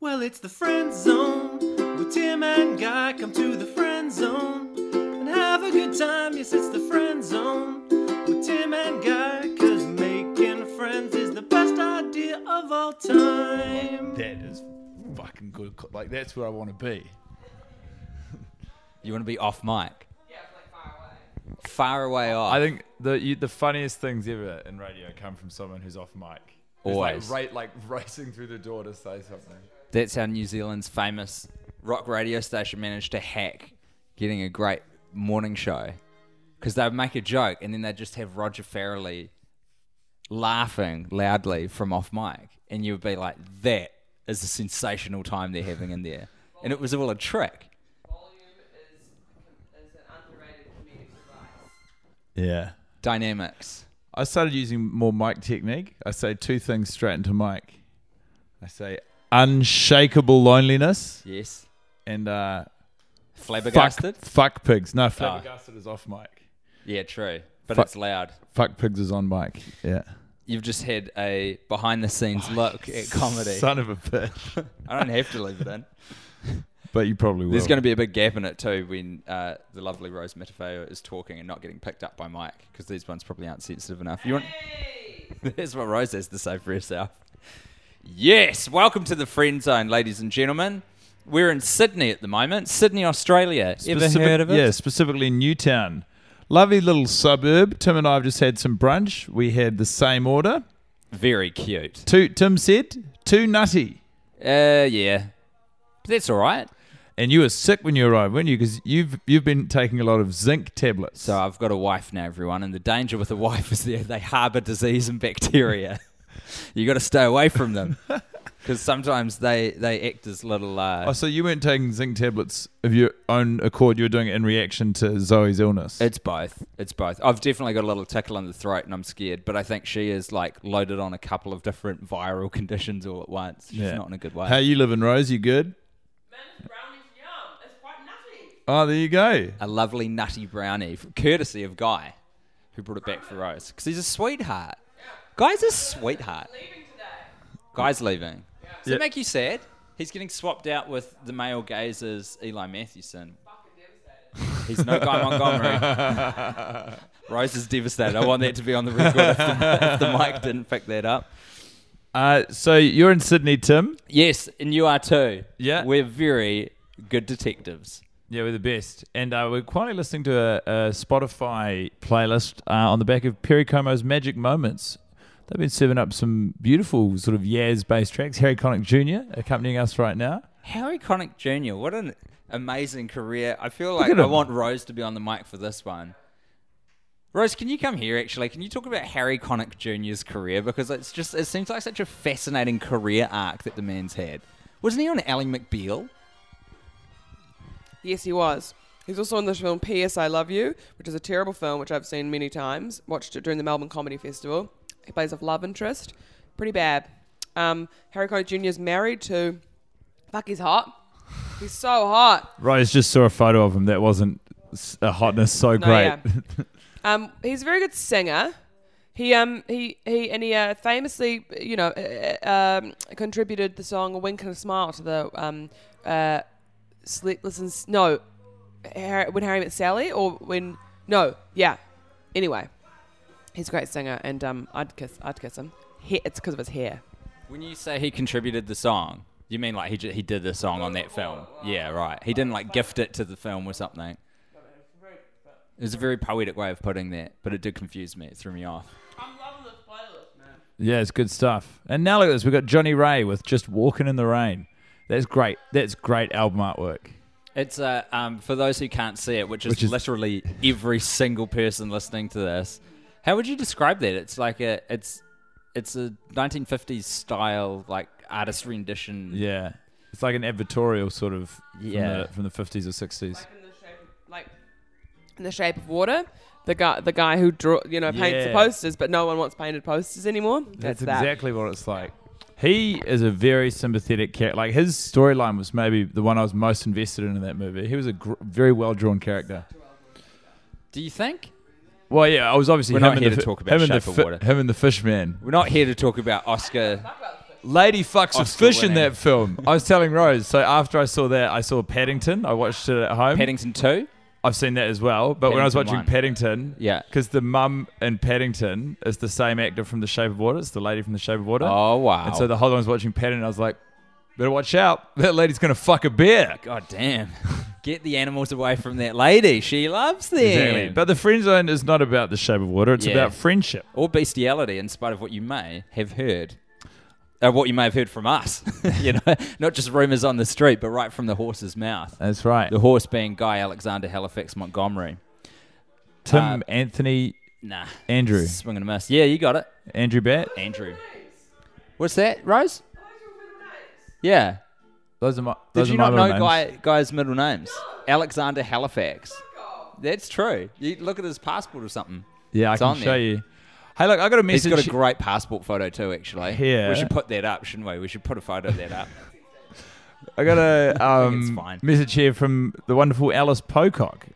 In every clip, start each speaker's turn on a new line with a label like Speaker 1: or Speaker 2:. Speaker 1: Well, it's the friend zone with Tim and Guy. Come to the friend zone and have a good time. Yes, it's the friend zone with Tim and Guy. Cause making friends is the best idea of all time.
Speaker 2: That is fucking good. co- Like that's where I want to be.
Speaker 3: You want to be off mic? Far away off.
Speaker 2: I think the you, the funniest things ever in radio come from someone who's off mic. Who's
Speaker 3: Always.
Speaker 2: like, ra- like racing through the door to say something.
Speaker 3: That's how New Zealand's famous rock radio station managed to hack getting a great morning show. Because they'd make a joke and then they'd just have Roger Farrelly laughing loudly from off mic. And you would be like, that is a sensational time they're having in there. And it was all a trick.
Speaker 4: Volume is, is an underrated comedic device.
Speaker 2: Yeah.
Speaker 3: Dynamics.
Speaker 2: I started using more mic technique. I say two things straight into mic. I say unshakable loneliness
Speaker 3: Yes.
Speaker 2: and uh, fuck,
Speaker 3: Flabbergasted?
Speaker 2: fuck pigs. No, flabbergasted is off mic.
Speaker 3: Yeah, true. But
Speaker 2: Fuck.
Speaker 3: it's loud.
Speaker 2: Fuck pigs is on mic. Yeah.
Speaker 3: You've just had a behind the
Speaker 2: Oh,
Speaker 3: scenes look at comedy.
Speaker 2: Son of a bitch.
Speaker 3: I don't have to leave it in.
Speaker 2: but you probably will.
Speaker 3: There's going to be a big gap in it too when uh, the lovely Rose Matafeo is talking and not getting picked up by Mike because these ones probably aren't sensitive enough. You want? That's what Rose has to say for herself. Yes, welcome to the friend zone, ladies and gentlemen. We're in Sydney at the moment, Sydney, Australia. Ever
Speaker 2: Specific-
Speaker 3: heard of it?
Speaker 2: Yeah, specifically Newtown. Lovely little suburb. Tim and I have just had some brunch. We had the same order.
Speaker 3: Very cute.
Speaker 2: Two, Tim said, too nutty.
Speaker 3: Uh, yeah, that's all right.
Speaker 2: And you were sick when you arrived, weren't you? Because you've you've been taking a lot of zinc tablets.
Speaker 3: So I've got a wife now, everyone, and the danger with a wife is they they harbour disease and bacteria. you got to stay away from them because sometimes they they act as little. Uh,
Speaker 2: oh, so you weren't taking zinc tablets of your own accord. You were doing it in reaction to Zoe's illness.
Speaker 3: It's both. It's both. I've definitely got a little tickle in the throat and I'm scared, but I think she is like loaded on a couple of different viral conditions all at once. She's
Speaker 2: Yeah.
Speaker 3: not in a good way.
Speaker 2: How you living, Rose? You good?
Speaker 4: Man, this brownie's yum. It's quite nutty.
Speaker 2: Oh, there you go.
Speaker 3: A lovely nutty brownie, f- courtesy of Guy, who brought it back for Rose, because he's a sweetheart. Guy's a sweetheart.
Speaker 4: Leaving today.
Speaker 3: Guy's leaving. Does
Speaker 2: Yeah.
Speaker 3: it make you sad? He's getting swapped out with the male gazer's Eli Mathewson.
Speaker 4: Fucking devastated.
Speaker 3: He's no Guy Montgomery. Rose is devastated. I want that to be on the record if the, if the mic didn't pick that up.
Speaker 2: Uh, so you're in Sydney, Tim.
Speaker 3: Yes, and you are too.
Speaker 2: Yeah.
Speaker 3: We're very good detectives.
Speaker 2: Yeah, we're the best. And uh, we're quietly listening to a, a Spotify playlist uh, on the back of Perry Como's Magic Moments. They've been serving up some beautiful sort of Yaz based tracks. Harry Connick Jr. accompanying us right now.
Speaker 3: Harry Connick Jr., what an amazing career. I feel like
Speaker 2: at
Speaker 3: I
Speaker 2: him.
Speaker 3: want Rose to be on the mic for this one. Rose, can you come here actually? Can you talk about Harry Connick Jr.'s career? Because it's just, it seems like such a fascinating career arc that the man's had. Wasn't he on Ally McBeal?
Speaker 4: Yes, he was. He's also in this film P.S. I Love You, which is a terrible film which I've seen many times. Watched it during the Melbourne Comedy Festival. He plays a love interest. Pretty bad. Um, Harry Connick Jr. is married to. Fuck, he's hot. He's so hot.
Speaker 2: Rose just saw a photo of him. That wasn't s- a hotness so
Speaker 4: No,
Speaker 2: great.
Speaker 4: Um, he's a very good singer. He um he he and he uh, famously you know uh, um, contributed the song "A Wink and a Smile" to the um uh sleepless and S- no Harry, when Harry met Sally or when no yeah anyway he's a great singer and um I'd kiss I'd kiss him he, it's because of his hair
Speaker 3: When you say he contributed the song, you mean like he, ju- he did the song on that film? Yeah, right. He didn't like gift it to the film or something. It was a very poetic way of putting that, but it did confuse me. It threw me off.
Speaker 4: I'm loving this playlist man
Speaker 2: yeah, it's good stuff. And now look at this. We've got Johnny Ray with Just Walking in the Rain. That's great. That's great album artwork.
Speaker 3: It's uh, um, for those who can't see it, which is,
Speaker 2: Which is-
Speaker 3: literally every single person listening to this. How would you describe that? It's like a it's it's a 1950s style like artist rendition.
Speaker 2: Yeah. It's like an advertorial sort of
Speaker 3: Yeah.
Speaker 2: from, the, from the 50s or 60s.
Speaker 4: like in the shape of, like in the shape of water. The guy, the guy who draw, you know, paints the
Speaker 2: Yeah.
Speaker 4: posters, but no one wants painted posters anymore. That's,
Speaker 2: That's
Speaker 4: that.
Speaker 2: exactly what it's like. He is a very sympathetic character. Like his storyline was maybe the one I was most invested in in that movie. He was a gr- very well drawn character.
Speaker 3: Do you think?
Speaker 2: Well, yeah, I was obviously
Speaker 3: We're
Speaker 2: him
Speaker 3: not
Speaker 2: and
Speaker 3: here
Speaker 2: the
Speaker 3: to
Speaker 2: fi-
Speaker 3: talk about
Speaker 2: him and the
Speaker 3: Shape of
Speaker 2: fi-
Speaker 3: Water.
Speaker 2: Him and the fish man.
Speaker 3: We're not here to talk about Oscar.
Speaker 2: Lady fucks a
Speaker 3: Oscar
Speaker 2: fish in
Speaker 3: winning.
Speaker 2: that film. I was telling Rose. So after I saw that, I saw Paddington. I watched it at home.
Speaker 3: Paddington Two.
Speaker 2: I've seen that as well. But when I was watching
Speaker 3: Paddington one.
Speaker 2: Paddington,
Speaker 3: Yeah.
Speaker 2: because the mum in Paddington is the same actor from The Shape of Water. It's the lady from The Shape of Water.
Speaker 3: Oh wow.
Speaker 2: And so the whole time I was watching Paddington, I was like, better watch out. That lady's gonna fuck a bear.
Speaker 3: God damn. Get the animals away from that lady. She loves them.
Speaker 2: Exactly. But the friend zone is not about The Shape of Water. It's
Speaker 3: Yeah.
Speaker 2: about friendship.
Speaker 3: or bestiality, in spite of what you may have heard. Uh, what you may have heard from us, you know, not just rumors on the street, but right from the horse's mouth.
Speaker 2: That's right.
Speaker 3: The horse being Guy Alexander Halifax Montgomery.
Speaker 2: Tim
Speaker 3: uh,
Speaker 2: Anthony
Speaker 3: Nah,
Speaker 2: Andrew
Speaker 3: swing and a miss. Yeah, you got it,
Speaker 2: Andrew Bat.
Speaker 3: Andrew. What's that, Rose? Yeah.
Speaker 2: Those are my.
Speaker 3: Did
Speaker 2: those
Speaker 3: you
Speaker 2: are my
Speaker 3: not know
Speaker 2: middle names.
Speaker 3: Guy Guy's middle names? Alexander Halifax. That's true. You look at his passport or something.
Speaker 2: Yeah, I
Speaker 3: It's
Speaker 2: can
Speaker 3: on
Speaker 2: show
Speaker 3: there.
Speaker 2: you. Hey, look, I got a
Speaker 3: He's
Speaker 2: message.
Speaker 3: got a great passport photo too, actually.
Speaker 2: Here.
Speaker 3: We should put that up, shouldn't we? We should put a photo of that up.
Speaker 2: I got a
Speaker 3: think it's
Speaker 2: um,
Speaker 3: fine.
Speaker 2: message here from the wonderful Alice Pocock,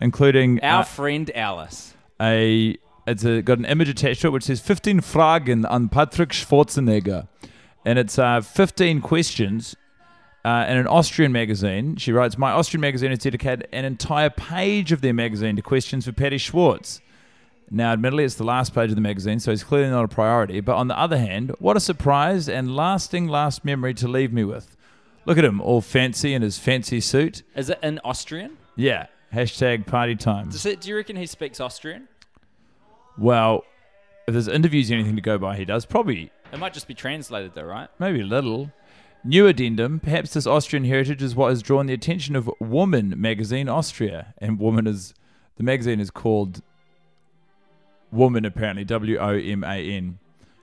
Speaker 2: including
Speaker 3: Our
Speaker 2: uh,
Speaker 3: friend Alice.
Speaker 2: a it's a, got an image attached to it which says 15 Fragen an Patrick Schwarzenegger, and it's uh, 15 questions. Uh, in an Austrian magazine, she writes, "My Austrian magazine has dedicated an entire page of their magazine to questions for Patty Schwartz. Now, admittedly, it's the last page of the magazine, so it's clearly not a priority. But on the other hand, what a surprise and lasting last memory to leave me with. Look at him, all fancy in his fancy suit.
Speaker 3: Is it in Austrian?
Speaker 2: Yeah. Hashtag party time.
Speaker 3: Does it, do you reckon he speaks Austrian?
Speaker 2: Well, if there's interviews or anything to go by, he does. Probably,
Speaker 3: It might just be translated though, right?
Speaker 2: maybe a little. New addendum. Perhaps this Austrian heritage is what has drawn the attention of Woman magazine Austria. And Woman is, the magazine is called Woman apparently, W O M A N.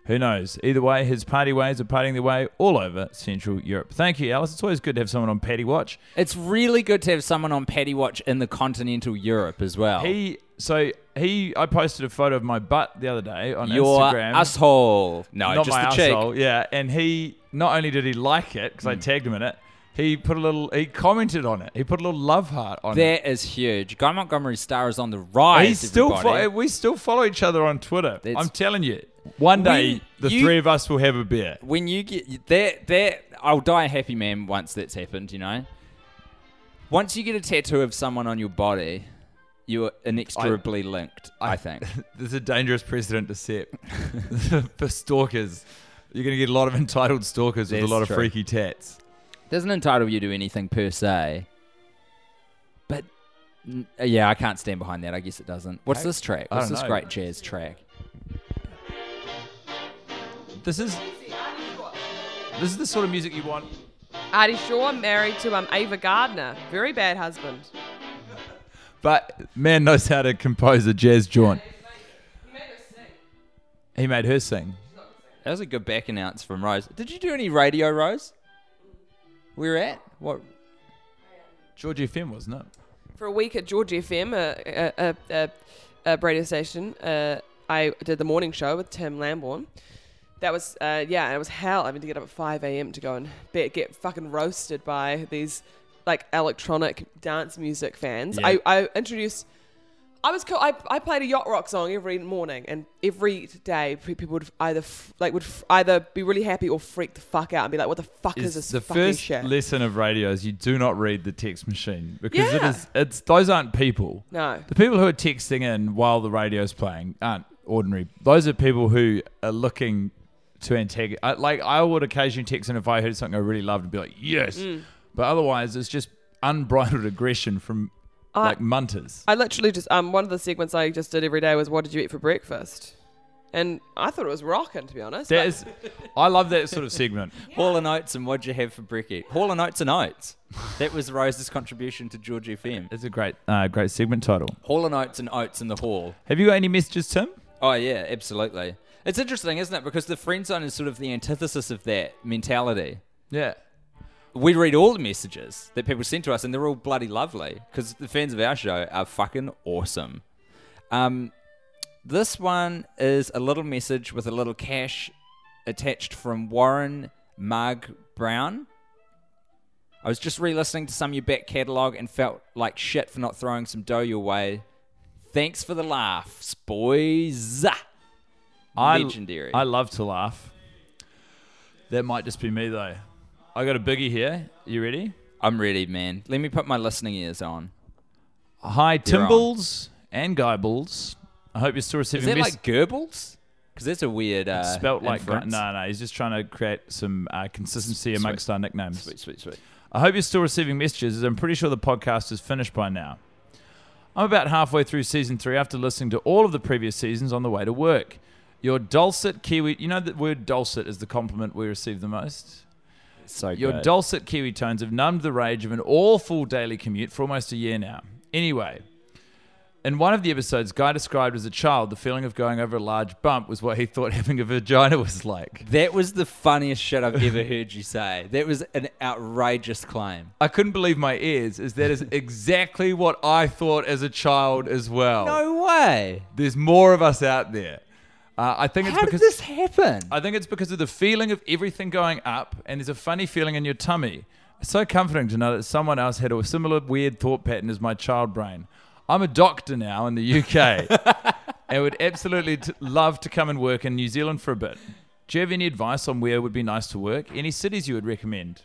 Speaker 2: Who knows? Either way, his party ways are partying their way all over Central Europe. Thank you, Alice. It's always good to have someone on Paddy Watch.
Speaker 3: It's really good to have someone on Paddy Watch in the continental Europe as well.
Speaker 2: He, so he, I posted a photo of my butt the other day on
Speaker 3: Your
Speaker 2: Instagram.
Speaker 3: asshole. No,
Speaker 2: not
Speaker 3: Oh, just
Speaker 2: my
Speaker 3: the cheek. Hmm.
Speaker 2: arsehole, Yeah, and he not only did he like it because I tagged him in it, he put a little, he commented on it. He put a little love heart on it.
Speaker 3: That is huge. Guy Montgomery's star is on the rise.
Speaker 2: He's still
Speaker 3: everybody.
Speaker 2: fo- we still follow each other on Twitter.
Speaker 3: That's-
Speaker 2: I'm telling you, one day
Speaker 3: We-
Speaker 2: the
Speaker 3: you-
Speaker 2: three of us will have a beer.
Speaker 3: when you get that that I'll die a happy man once that's happened, you know. Once you get a tattoo of someone on your body, you're inextricably linked, I, think.
Speaker 2: There's a dangerous precedent to set for stalkers. You're going to get a lot of entitled stalkers with
Speaker 3: That's
Speaker 2: a lot of
Speaker 3: true.
Speaker 2: freaky tats.
Speaker 3: Doesn't entitle you to anything per se. But n- uh, yeah, I can't stand behind that. I guess it doesn't. What's this track?
Speaker 2: I
Speaker 3: What's
Speaker 2: don't
Speaker 3: this
Speaker 2: know.
Speaker 3: great jazz track?
Speaker 2: This is this is the sort of music you want.
Speaker 4: Artie Shaw married to um, Ava Gardner. Very bad husband.
Speaker 2: But man knows how to compose a jazz joint. He made her sing.
Speaker 3: That was a good back announce from Rose. Did you do any radio, Rose? Where at? What?
Speaker 2: George FM, wasn't it?
Speaker 4: For a week at George FM, a, a, a, a, a radio station, uh, I did the morning show with Tim Lamborn. That was, uh, yeah, it was hell. I mean, to get up at 5 a.m. to go and be, get fucking roasted by these like electronic dance music fans.
Speaker 2: Yeah.
Speaker 4: I, I introduced. I was co- I, I played a yacht rock song every morning and every day pe- people would either f- like would f- either be really happy or freak the fuck out and be like what the fuck is, this
Speaker 2: the
Speaker 4: fucking
Speaker 2: first
Speaker 4: shit
Speaker 2: lesson of radio is you do not read the text machine because it
Speaker 4: Yeah.
Speaker 2: is it's those aren't people.
Speaker 4: no
Speaker 2: The people who are texting in while the radio's playing aren't ordinary. Those are people who are looking to antagonize. Like I would occasionally text in if I heard something I really loved and be like, yes.
Speaker 4: Mm.
Speaker 2: But otherwise, it's just unbridled aggression from like munters.
Speaker 4: I literally just um one of the segments I just did every day was what did you eat for breakfast, and I thought it was rocking to be honest.
Speaker 2: That
Speaker 4: But
Speaker 2: is, I love that sort of segment.
Speaker 3: Hall and Oates and what'd you have for brekkie? Hall and Oates and Oates. That was Rose's contribution to George FM.
Speaker 2: It's a great, uh, great segment title.
Speaker 3: Hall and Oates and Oates in the Hall.
Speaker 2: Have you got any messages, Tim?
Speaker 3: Oh yeah, absolutely. It's interesting, isn't it? Because the friend zone is sort of the antithesis of that mentality.
Speaker 2: Yeah.
Speaker 3: We read all the messages that people send to us, and they're all bloody lovely because the fans of our show are fucking awesome. Um, this one is a little message with a little cash attached from Warren Marg Brown. I was just re-listening to some of your back catalogue and felt like shit for not throwing some dough your way. Thanks for the laughs, boys.
Speaker 2: I-
Speaker 3: Legendary.
Speaker 2: I love to laugh. That might just be me though. I got a biggie here. You ready?
Speaker 3: I'm ready, man. Let me put my listening ears on.
Speaker 2: Hi,
Speaker 3: You're on.
Speaker 2: Timbles and Guyballs. I hope you're still
Speaker 3: Is
Speaker 2: receiving
Speaker 3: that
Speaker 2: messages.
Speaker 3: like Goebbels? Because that's a weird. Uh,
Speaker 2: Spelt like no,
Speaker 3: inference.
Speaker 2: no. He's just trying to create some uh, consistency
Speaker 3: Sweet.
Speaker 2: amongst our nicknames.
Speaker 3: Sweet, sweet, sweet.
Speaker 2: I hope you're still receiving messages, as I'm pretty sure the podcast is finished by now. I'm about halfway through season three after listening to all of the previous seasons on the way to work. Your dulcet Kiwi, you know the word dulcet is the compliment we receive the most.
Speaker 3: So
Speaker 2: Your
Speaker 3: good.
Speaker 2: dulcet Kiwi tones have numbed the rage of an awful daily commute for almost a year now. Anyway, in one of the episodes, Guy described as a child the feeling of going over a large bump was what he thought having a vagina was like.
Speaker 3: That was the funniest shit I've ever heard you say. That was an outrageous claim.
Speaker 2: I couldn't believe my ears, as that is exactly what I thought as a child as well.
Speaker 3: No way.
Speaker 2: There's more of us out there. Uh, I think it's
Speaker 3: How did
Speaker 2: because
Speaker 3: this happen?
Speaker 2: I think it's because of the feeling of everything going up, and there's a funny feeling in your tummy. It's so comforting to know that someone else had a similar weird thought pattern as my child brain. I'm a doctor now in the UK, and would absolutely t- love to come and work in New Zealand for a bit. Do you have any advice on where would be nice to work? Any cities you would recommend?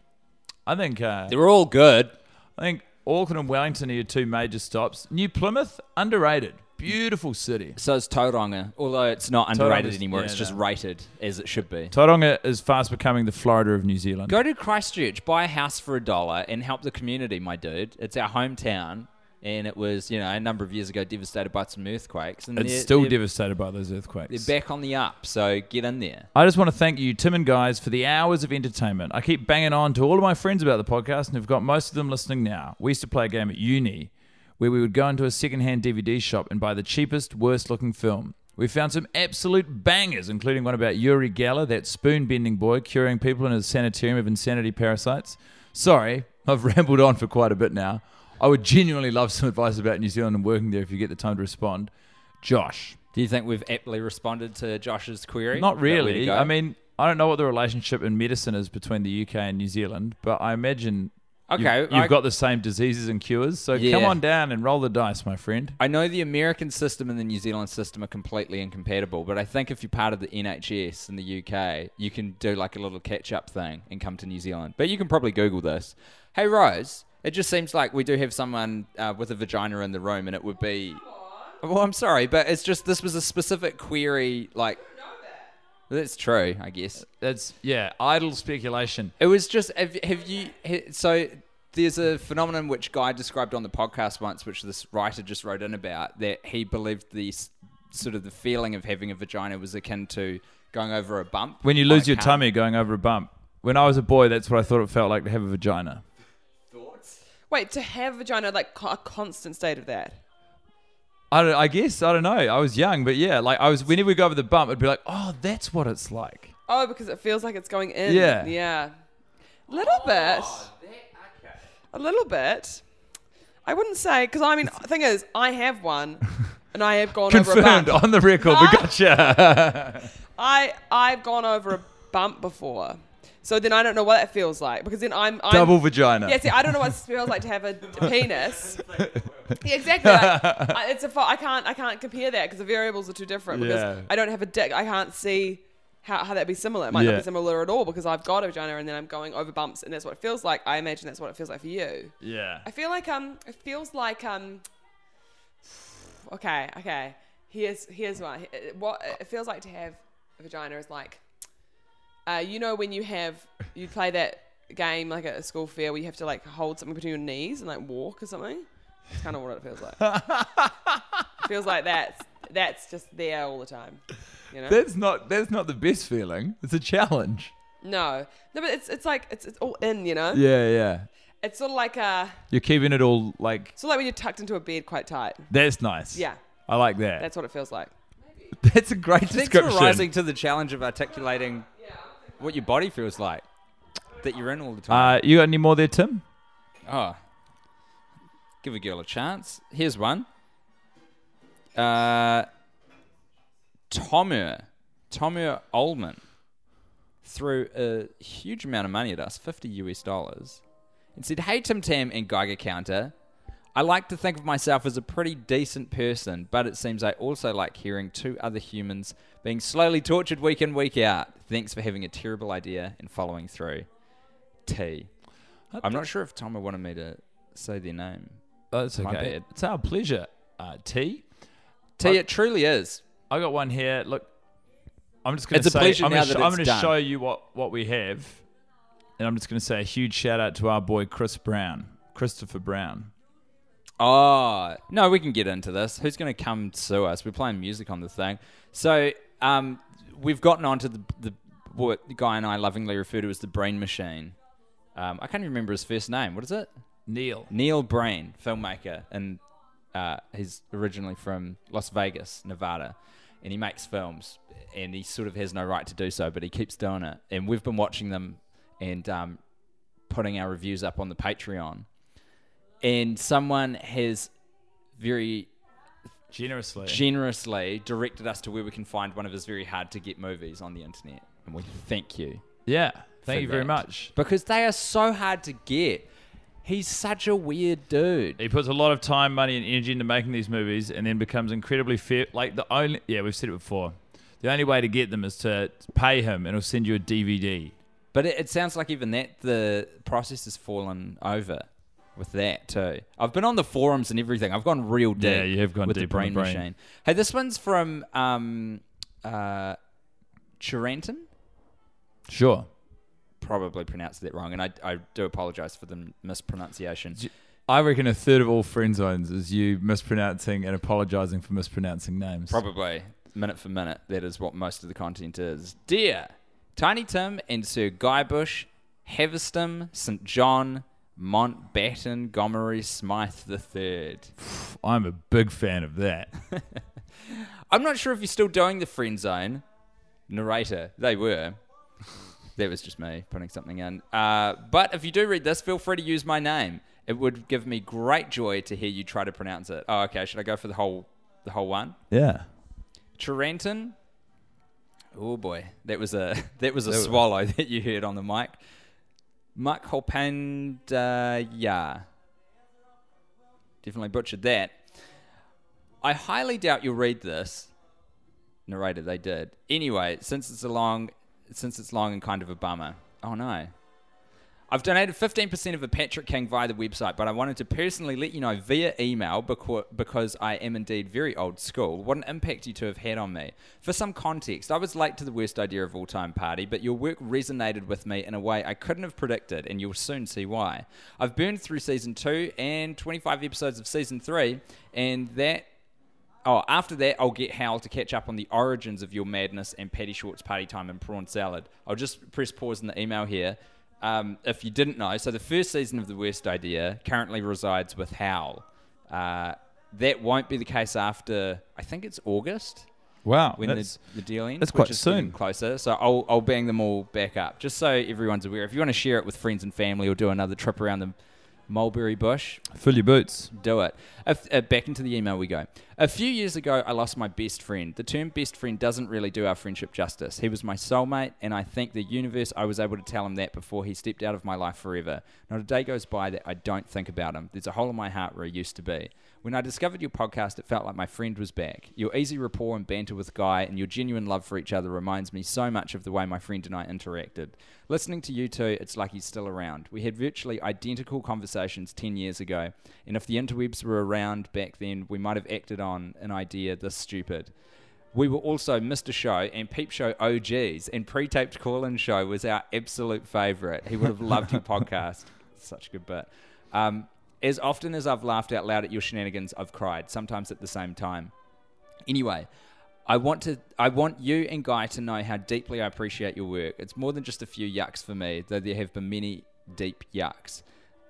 Speaker 2: I think uh,
Speaker 3: They're all good.
Speaker 2: I think Auckland and Wellington are your two major stops. New Plymouth, underrated, beautiful city.
Speaker 3: So is Tauranga, although it's not underrated
Speaker 2: Tauranga's-
Speaker 3: anymore.
Speaker 2: yeah,
Speaker 3: it's just
Speaker 2: no.
Speaker 3: rated as it should be.
Speaker 2: Tauranga is fast becoming the Florida of New Zealand.
Speaker 3: Go to Christchurch, buy a house for a dollar, and help the community, my dude. It's our hometown, and it was you know a number of years ago devastated by some earthquakes, and
Speaker 2: It's
Speaker 3: they're,
Speaker 2: still
Speaker 3: they're,
Speaker 2: devastated by those
Speaker 3: they're
Speaker 2: earthquakes.
Speaker 3: back on the up. So get in there.
Speaker 2: I just want to thank you, Tim and guys, for the hours of entertainment. I keep banging on to all of my friends about the podcast and have got most of them listening now. We used to play a game at uni where we would go into a secondhand DVD shop and buy the cheapest, worst looking film. We found some absolute bangers, including one about Yuri Geller, that spoon bending boy curing people in a sanitarium of insanity parasites. Sorry, I've rambled on for quite a bit now. I would genuinely love some advice about New Zealand and working there if you get the time to respond. Josh.
Speaker 3: Do you think we've aptly responded to Josh's query?
Speaker 2: Not
Speaker 3: about where to
Speaker 2: really.
Speaker 3: go?
Speaker 2: I mean, I don't know what the relationship in medicine is between the UK and New Zealand, but I imagine you've-
Speaker 3: Okay,
Speaker 2: you've,
Speaker 3: I-
Speaker 2: got the same diseases and cures. So come
Speaker 3: Yeah.
Speaker 2: on down and roll the dice, my friend.
Speaker 3: I know the American system and the New Zealand system are completely incompatible, but I think if you're part of the NHS in the UK, you can do like a little catch up thing and come to New Zealand. But you can probably Google this. Hey, Rose, it just seems like we do have someone uh, with a vagina in the room, and it would be. Well, I'm sorry, but it's just this was a specific query, like. That's true, I guess.
Speaker 2: That's yeah, idle speculation.
Speaker 3: It was just have, have you he- so there's a phenomenon which Guy described on the podcast once, which this writer just wrote in about that he believed the s- sort of the feeling of having a vagina was akin to going over a bump
Speaker 2: When you
Speaker 3: on
Speaker 2: lose
Speaker 3: a
Speaker 2: your
Speaker 3: car.
Speaker 2: tummy going over a bump. When I was a boy, that's what I thought it felt like to have a vagina.
Speaker 4: Wait, to have vagina like co- a constant state of that.
Speaker 2: I, don't, I guess I don't know. I was young, but yeah, like I was. Whenever we go over the bump, it'd be like, oh, that's what it's like.
Speaker 4: Oh, because it feels like it's going in.
Speaker 2: Yeah.
Speaker 4: Yeah. Little bit. A little bit. I wouldn't say because I mean, the thing is, I have one, and I have gone over a
Speaker 2: Confirmed
Speaker 4: bump.
Speaker 2: on the record. We gotcha.
Speaker 4: I I've gone over a bump before, so then I don't know what that feels like because then I'm, I'm
Speaker 2: Double vagina.
Speaker 4: Yeah, see, I don't know what it feels like to have a penis. yeah, exactly. Like, I, it's a fu- I can't I can't compare that because the variables are too different. Because
Speaker 2: Yeah.
Speaker 4: I don't have a dick, I can't see how, how that'd be similar. It might not
Speaker 2: Yeah.
Speaker 4: be similar at all because I've got a vagina and then I'm going over bumps and that's what it feels like. I imagine that's what it feels like for you.
Speaker 2: yeah.
Speaker 4: I feel like um, it feels like um. Okay, okay. Here's here's one. It- What it feels like to have a vagina is like, uh, you know when you have you play that game like at a school fair where you have to like hold something between your knees and like walk or something. It's kind of what it feels like. It feels like that's that's just there all the time. You know.
Speaker 2: That's not that's not the best feeling. It's a challenge.
Speaker 4: no, no, but it's it's like it's it's all in. You know.
Speaker 2: Yeah, yeah.
Speaker 4: It's sort of like uh,
Speaker 2: You're keeping it all like
Speaker 4: sort of like when you're tucked into a bed quite tight.
Speaker 2: that's nice.
Speaker 4: Yeah.
Speaker 2: I like that. That's,
Speaker 4: That's what it feels like.
Speaker 2: a great
Speaker 3: Thanks for
Speaker 2: description.
Speaker 3: rising to the challenge of articulating what your body feels like that you're in all the time.
Speaker 2: Uh, you got any more there, Tim?
Speaker 3: oh, give a girl a chance. Here's one. Uh, Tommy, Tommy Oldman threw a huge amount of money at us, 50 US dollars, and said, Hey, Tim Tam and Geiger Counter, I like to think of myself as a pretty decent person, but it seems I also like hearing two other humans being slowly tortured week in, week out. Thanks for having a terrible idea and following through. T. I'm not sure if Tomer wanted me to say their name.
Speaker 2: Oh, it's
Speaker 3: My
Speaker 2: okay.
Speaker 3: bad.
Speaker 2: It's our pleasure. Uh, T.
Speaker 3: T, it truly is.
Speaker 2: I got one here. Look, I'm just going
Speaker 3: It's
Speaker 2: to say,
Speaker 3: a pleasure
Speaker 2: I'm
Speaker 3: now
Speaker 2: going
Speaker 3: that
Speaker 2: to I'm
Speaker 3: it's
Speaker 2: gonna
Speaker 3: done.
Speaker 2: show you what, what we have. And I'm just going to say a huge shout out to our boy, Chris Brown, Christopher Brown.
Speaker 3: Oh, no, we can get into this. Who's going to come sue us? We're playing music on the thing. So um, we've gotten onto the, the what the guy and I lovingly refer to as the Brain Machine. Um, I can't even remember his first name. What is it?
Speaker 2: Neil.
Speaker 3: Neil Brain, filmmaker, and uh, he's originally from Las Vegas, Nevada, and he makes films, and he sort of has no right to do so, but he keeps doing it, and we've been watching them and um, putting our reviews up on the Patreon, and someone has very
Speaker 2: Generously.
Speaker 3: generously directed us to where we can find one of his very hard to get movies on the internet, and we thank you
Speaker 2: yeah.
Speaker 3: for
Speaker 2: Thank you very
Speaker 3: that.
Speaker 2: much.
Speaker 3: because they are so hard to get. He's such a weird dude.
Speaker 2: He puts a lot of time, money, and energy into making these movies, and then becomes incredibly fair. Like the only, yeah, we've said it before. The only way to get them is to pay him, and he'll send you a DVD.
Speaker 3: But it, it sounds like even that the process has fallen over with that too. I've been on the forums and everything. I've gone real deep.
Speaker 2: Yeah, you have gone
Speaker 3: with the
Speaker 2: deep on
Speaker 3: brain,
Speaker 2: the brain.
Speaker 3: machine. Hey, this one's from um, uh, Charanton.
Speaker 2: Sure.
Speaker 3: Probably pronounced that wrong, and I, I do apologize for the mispronunciation.
Speaker 2: I reckon a third of all friend zones is you mispronouncing and apologising for mispronouncing names.
Speaker 3: Probably minute for minute, that is what most of the content is. Dear Tiny Tim and Sir Guybush, Haverston, St. John, Montbatten, Gomery, Smythe the Third.
Speaker 2: I'm a big fan of that.
Speaker 3: I'm not sure if you're still doing the friend zone narrator. They were. that was just me putting something in. Uh, but if you do read this, feel free to use my name. It would give me great joy to hear you try to pronounce it. Oh, okay. Should I go for the whole the whole one?
Speaker 2: Yeah.
Speaker 3: Taranton. Oh boy, that was a that was a swallow that you heard on the mic. Mark Holpandaya. Definitely butchered that. I highly doubt you'll read this. Narrator, they did. Anyway, since it's a long, since it's long and kind of a bummer. Oh no. I've donated 15% of a Patrick King via the website, but I wanted to personally let you know via email becau- because I am indeed very old school what an impact you two have had on me. For some context, I was late to the worst idea of all time party, but your work resonated with me in a way I couldn't have predicted, and you'll soon see why. I've burned through season 2 and 25 episodes of season 3, and that Oh, after that, I'll get Hal to catch up on the origins of your madness and Patty Short's party time and prawn salad. I'll just press pause in the email here. Um, if you didn't know, so the first season of The Worst Idea currently resides with Hal. Uh, that won't be the case after, I think it's August
Speaker 2: Wow.
Speaker 3: when the, the deal ends.
Speaker 2: that's
Speaker 3: which
Speaker 2: quite
Speaker 3: is getting
Speaker 2: soon.
Speaker 3: Closer, so I'll, I'll bang them all back up just so everyone's aware. If you want to share it with friends and family or do another trip around the mulberry bush,
Speaker 2: fill your boots.
Speaker 3: do it. A f- uh, back into the email we go. A few years ago, I lost my best friend. The term best friend doesn't really do our friendship justice. He was my soulmate, and I thank the universe I was able to tell him that before he stepped out of my life forever. Not a day goes by that I don't think about him. There's a hole in my heart where he used to be. When I discovered your podcast, it felt like my friend was back. Your easy rapport and banter with Guy and your genuine love for each other reminds me so much of the way my friend and I interacted. Listening to you two, it's like he's still around. We had virtually identical conversations 10 years ago, and if the interwebs were around back then, we might have acted on an idea this stupid. We were also Mr. Show and Peep Show OGs, and pre taped call in show was our absolute favorite. He would have loved your podcast. Such a good bit. Um, as often as I've laughed out loud at your shenanigans, I've cried, sometimes at the same time. Anyway, I want to I want you and Guy to know how deeply I appreciate your work. It's more than just a few yucks for me, though there have been many deep yucks.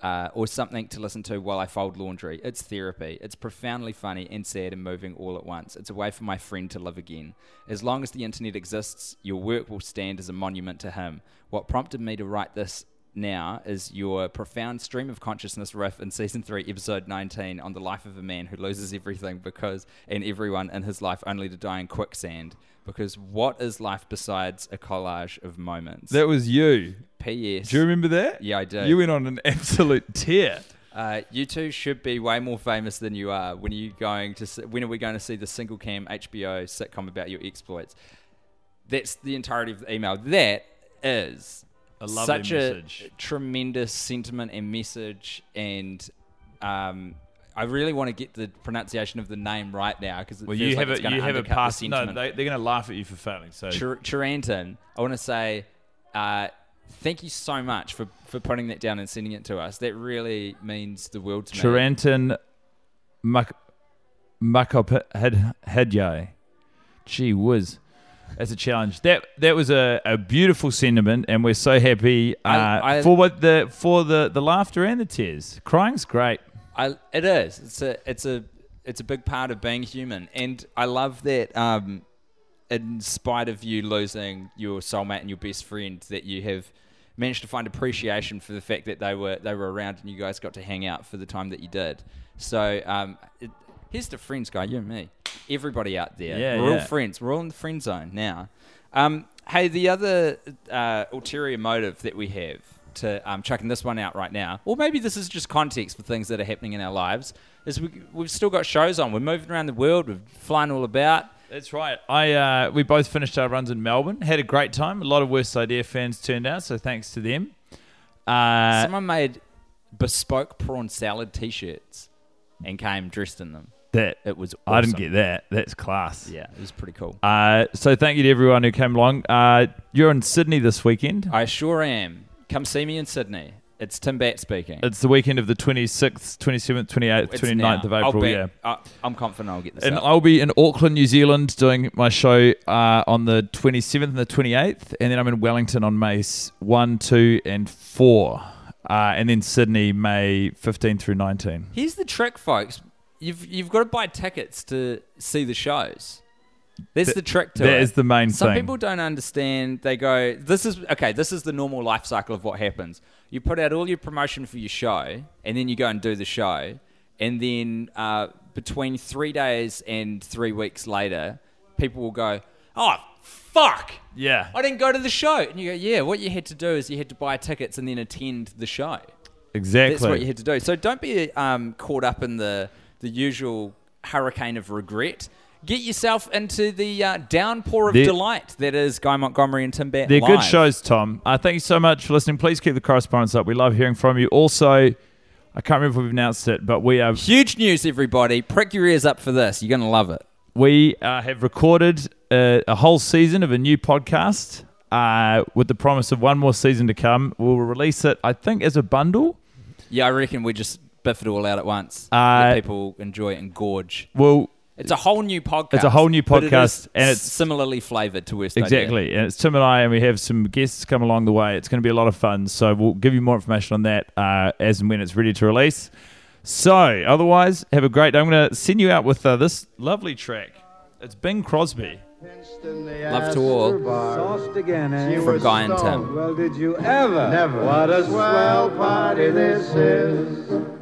Speaker 3: Uh, or something to listen to while I fold laundry. It's therapy. It's profoundly funny and sad and moving all at once. It's a way for my friend to live again. As long as the internet exists, your work will stand as a monument to him. What prompted me to write this now is your profound stream of consciousness riff in season 3 episode 19 on the life of a man who loses everything because and everyone in his life only to die in quicksand because what is life besides a collage of moments
Speaker 2: That was you.
Speaker 3: ps
Speaker 2: Do you remember that?
Speaker 3: Yeah, I do.
Speaker 2: You went on an absolute tear.
Speaker 3: Uh, you two should be way more famous than you are. When are you going to? See, when are we going to see the single cam HBO sitcom about your exploits? That's the entirety of the email. That is
Speaker 2: A lovely
Speaker 3: such
Speaker 2: message.
Speaker 3: a tremendous sentiment and message, and um, I really want to get the pronunciation of the name right now because
Speaker 2: Well, you have
Speaker 3: like it's
Speaker 2: a
Speaker 3: gonna
Speaker 2: you have a
Speaker 3: undercut the
Speaker 2: pass. No,
Speaker 3: sentiment.
Speaker 2: they, they're going to laugh at you for failing. So
Speaker 3: Chir- Chirantan, I want to say uh, thank you so much for, for putting that down and sending it to us. That really means the world to me.
Speaker 2: Chirantan Mak- Makopahadyai. Gee whiz. That's a challenge. That that was a, a beautiful sentiment, and we're so happy uh,
Speaker 3: I- I-
Speaker 2: for what the for the, the laughter and the tears. Crying's great.
Speaker 3: I, it is. It's a it's a it's a big part of being human, and I love that. Um, in spite of you losing your soulmate and your best friend, that you have managed to find appreciation for the fact that they were they were around and you guys got to hang out for the time that you did. So um, it, here's to friends, guy. You and me, everybody out there.
Speaker 2: Yeah,
Speaker 3: we're
Speaker 2: yeah.
Speaker 3: all friends. We're all in the friend zone now. Um, hey, the other uh, ulterior motive that we have to um, chucking this one out right now, or maybe this is just context for things that are happening in our lives, is we, we've still got shows on. We're moving around the world. We're flying all about.
Speaker 2: That's right. I uh, we both finished our runs in Melbourne. Had a great time. A lot of Worst Idea fans turned out, so thanks to them. Uh,
Speaker 3: Someone made bespoke prawn salad T-shirts and came dressed in them.
Speaker 2: that
Speaker 3: It was. Awesome.
Speaker 2: I didn't get that. That's class.
Speaker 3: Yeah, it was pretty cool.
Speaker 2: Uh, so thank you to everyone who came along. Uh, you're in Sydney this weekend.
Speaker 3: I sure am. Come see me in Sydney. It's Tim Bat speaking.
Speaker 2: It's the weekend of the 26th, 27th, 28th,
Speaker 3: It's
Speaker 2: 29th
Speaker 3: now.
Speaker 2: of
Speaker 3: I'll
Speaker 2: April.
Speaker 3: bet-
Speaker 2: Yeah.
Speaker 3: I, I'm confident I'll get this.
Speaker 2: And
Speaker 3: up.
Speaker 2: I'll be in Auckland, New Zealand, doing my show uh, on the 27th and the 28th. And then I'm in Wellington on May s- 1, 2, and 4. Uh, and then Sydney, May 15 through 19.
Speaker 3: Here's the trick, folks. You've you've got to buy tickets to see the shows. That's
Speaker 2: Th-
Speaker 3: the trick to
Speaker 2: that
Speaker 3: it.
Speaker 2: is the main
Speaker 3: Some
Speaker 2: thing.
Speaker 3: people don't understand. They go, "This is okay. This is the normal life cycle of what happens. You put out all your promotion for your show, and then you go and do the show, and then uh, between three days and three weeks later, people will go, "Oh, fuck."
Speaker 2: Yeah.
Speaker 3: I didn't go to the show. And you go, yeah, what you had to do is you had to buy tickets and then attend the show.
Speaker 2: Exactly.
Speaker 3: That's what you had to do. So don't be um, caught up in the the usual hurricane of regret. Get yourself into the uh, downpour of
Speaker 2: They're-
Speaker 3: delight that is Guy Montgomery and Tim Bat.
Speaker 2: They're good
Speaker 3: live.
Speaker 2: shows, Tom. Uh, thank you so much for listening. Please keep the correspondence up. We love hearing from you. Also, I can't remember if we've announced it, but we are
Speaker 3: Huge news, everybody! Prick your ears up for this. You're gonna love it.
Speaker 2: we uh, have recorded a, a whole season of a new podcast uh, with the promise of one more season to come. We'll release it, I think, as a bundle.
Speaker 3: Yeah, I reckon we just biff it all out at once.
Speaker 2: Uh,
Speaker 3: Let people enjoy it and gorge.
Speaker 2: We'll
Speaker 3: It's a whole new podcast.
Speaker 2: It's a whole new
Speaker 3: but it is
Speaker 2: podcast, and it's-
Speaker 3: similarly flavored to Worst Idea.
Speaker 2: exactly, and it's Tim and I, and we have some guests come along the way. It's going to be a lot of fun. So we'll give you more information on that uh, as and when it's ready to release. So, otherwise, have a great day. I'm going to send you out with uh, this lovely track. It's Bing Crosby.
Speaker 3: Love to all
Speaker 5: Tossed again, eh?
Speaker 3: from Guy and Tim.
Speaker 5: Well, did you ever? Never. What a swell party this is.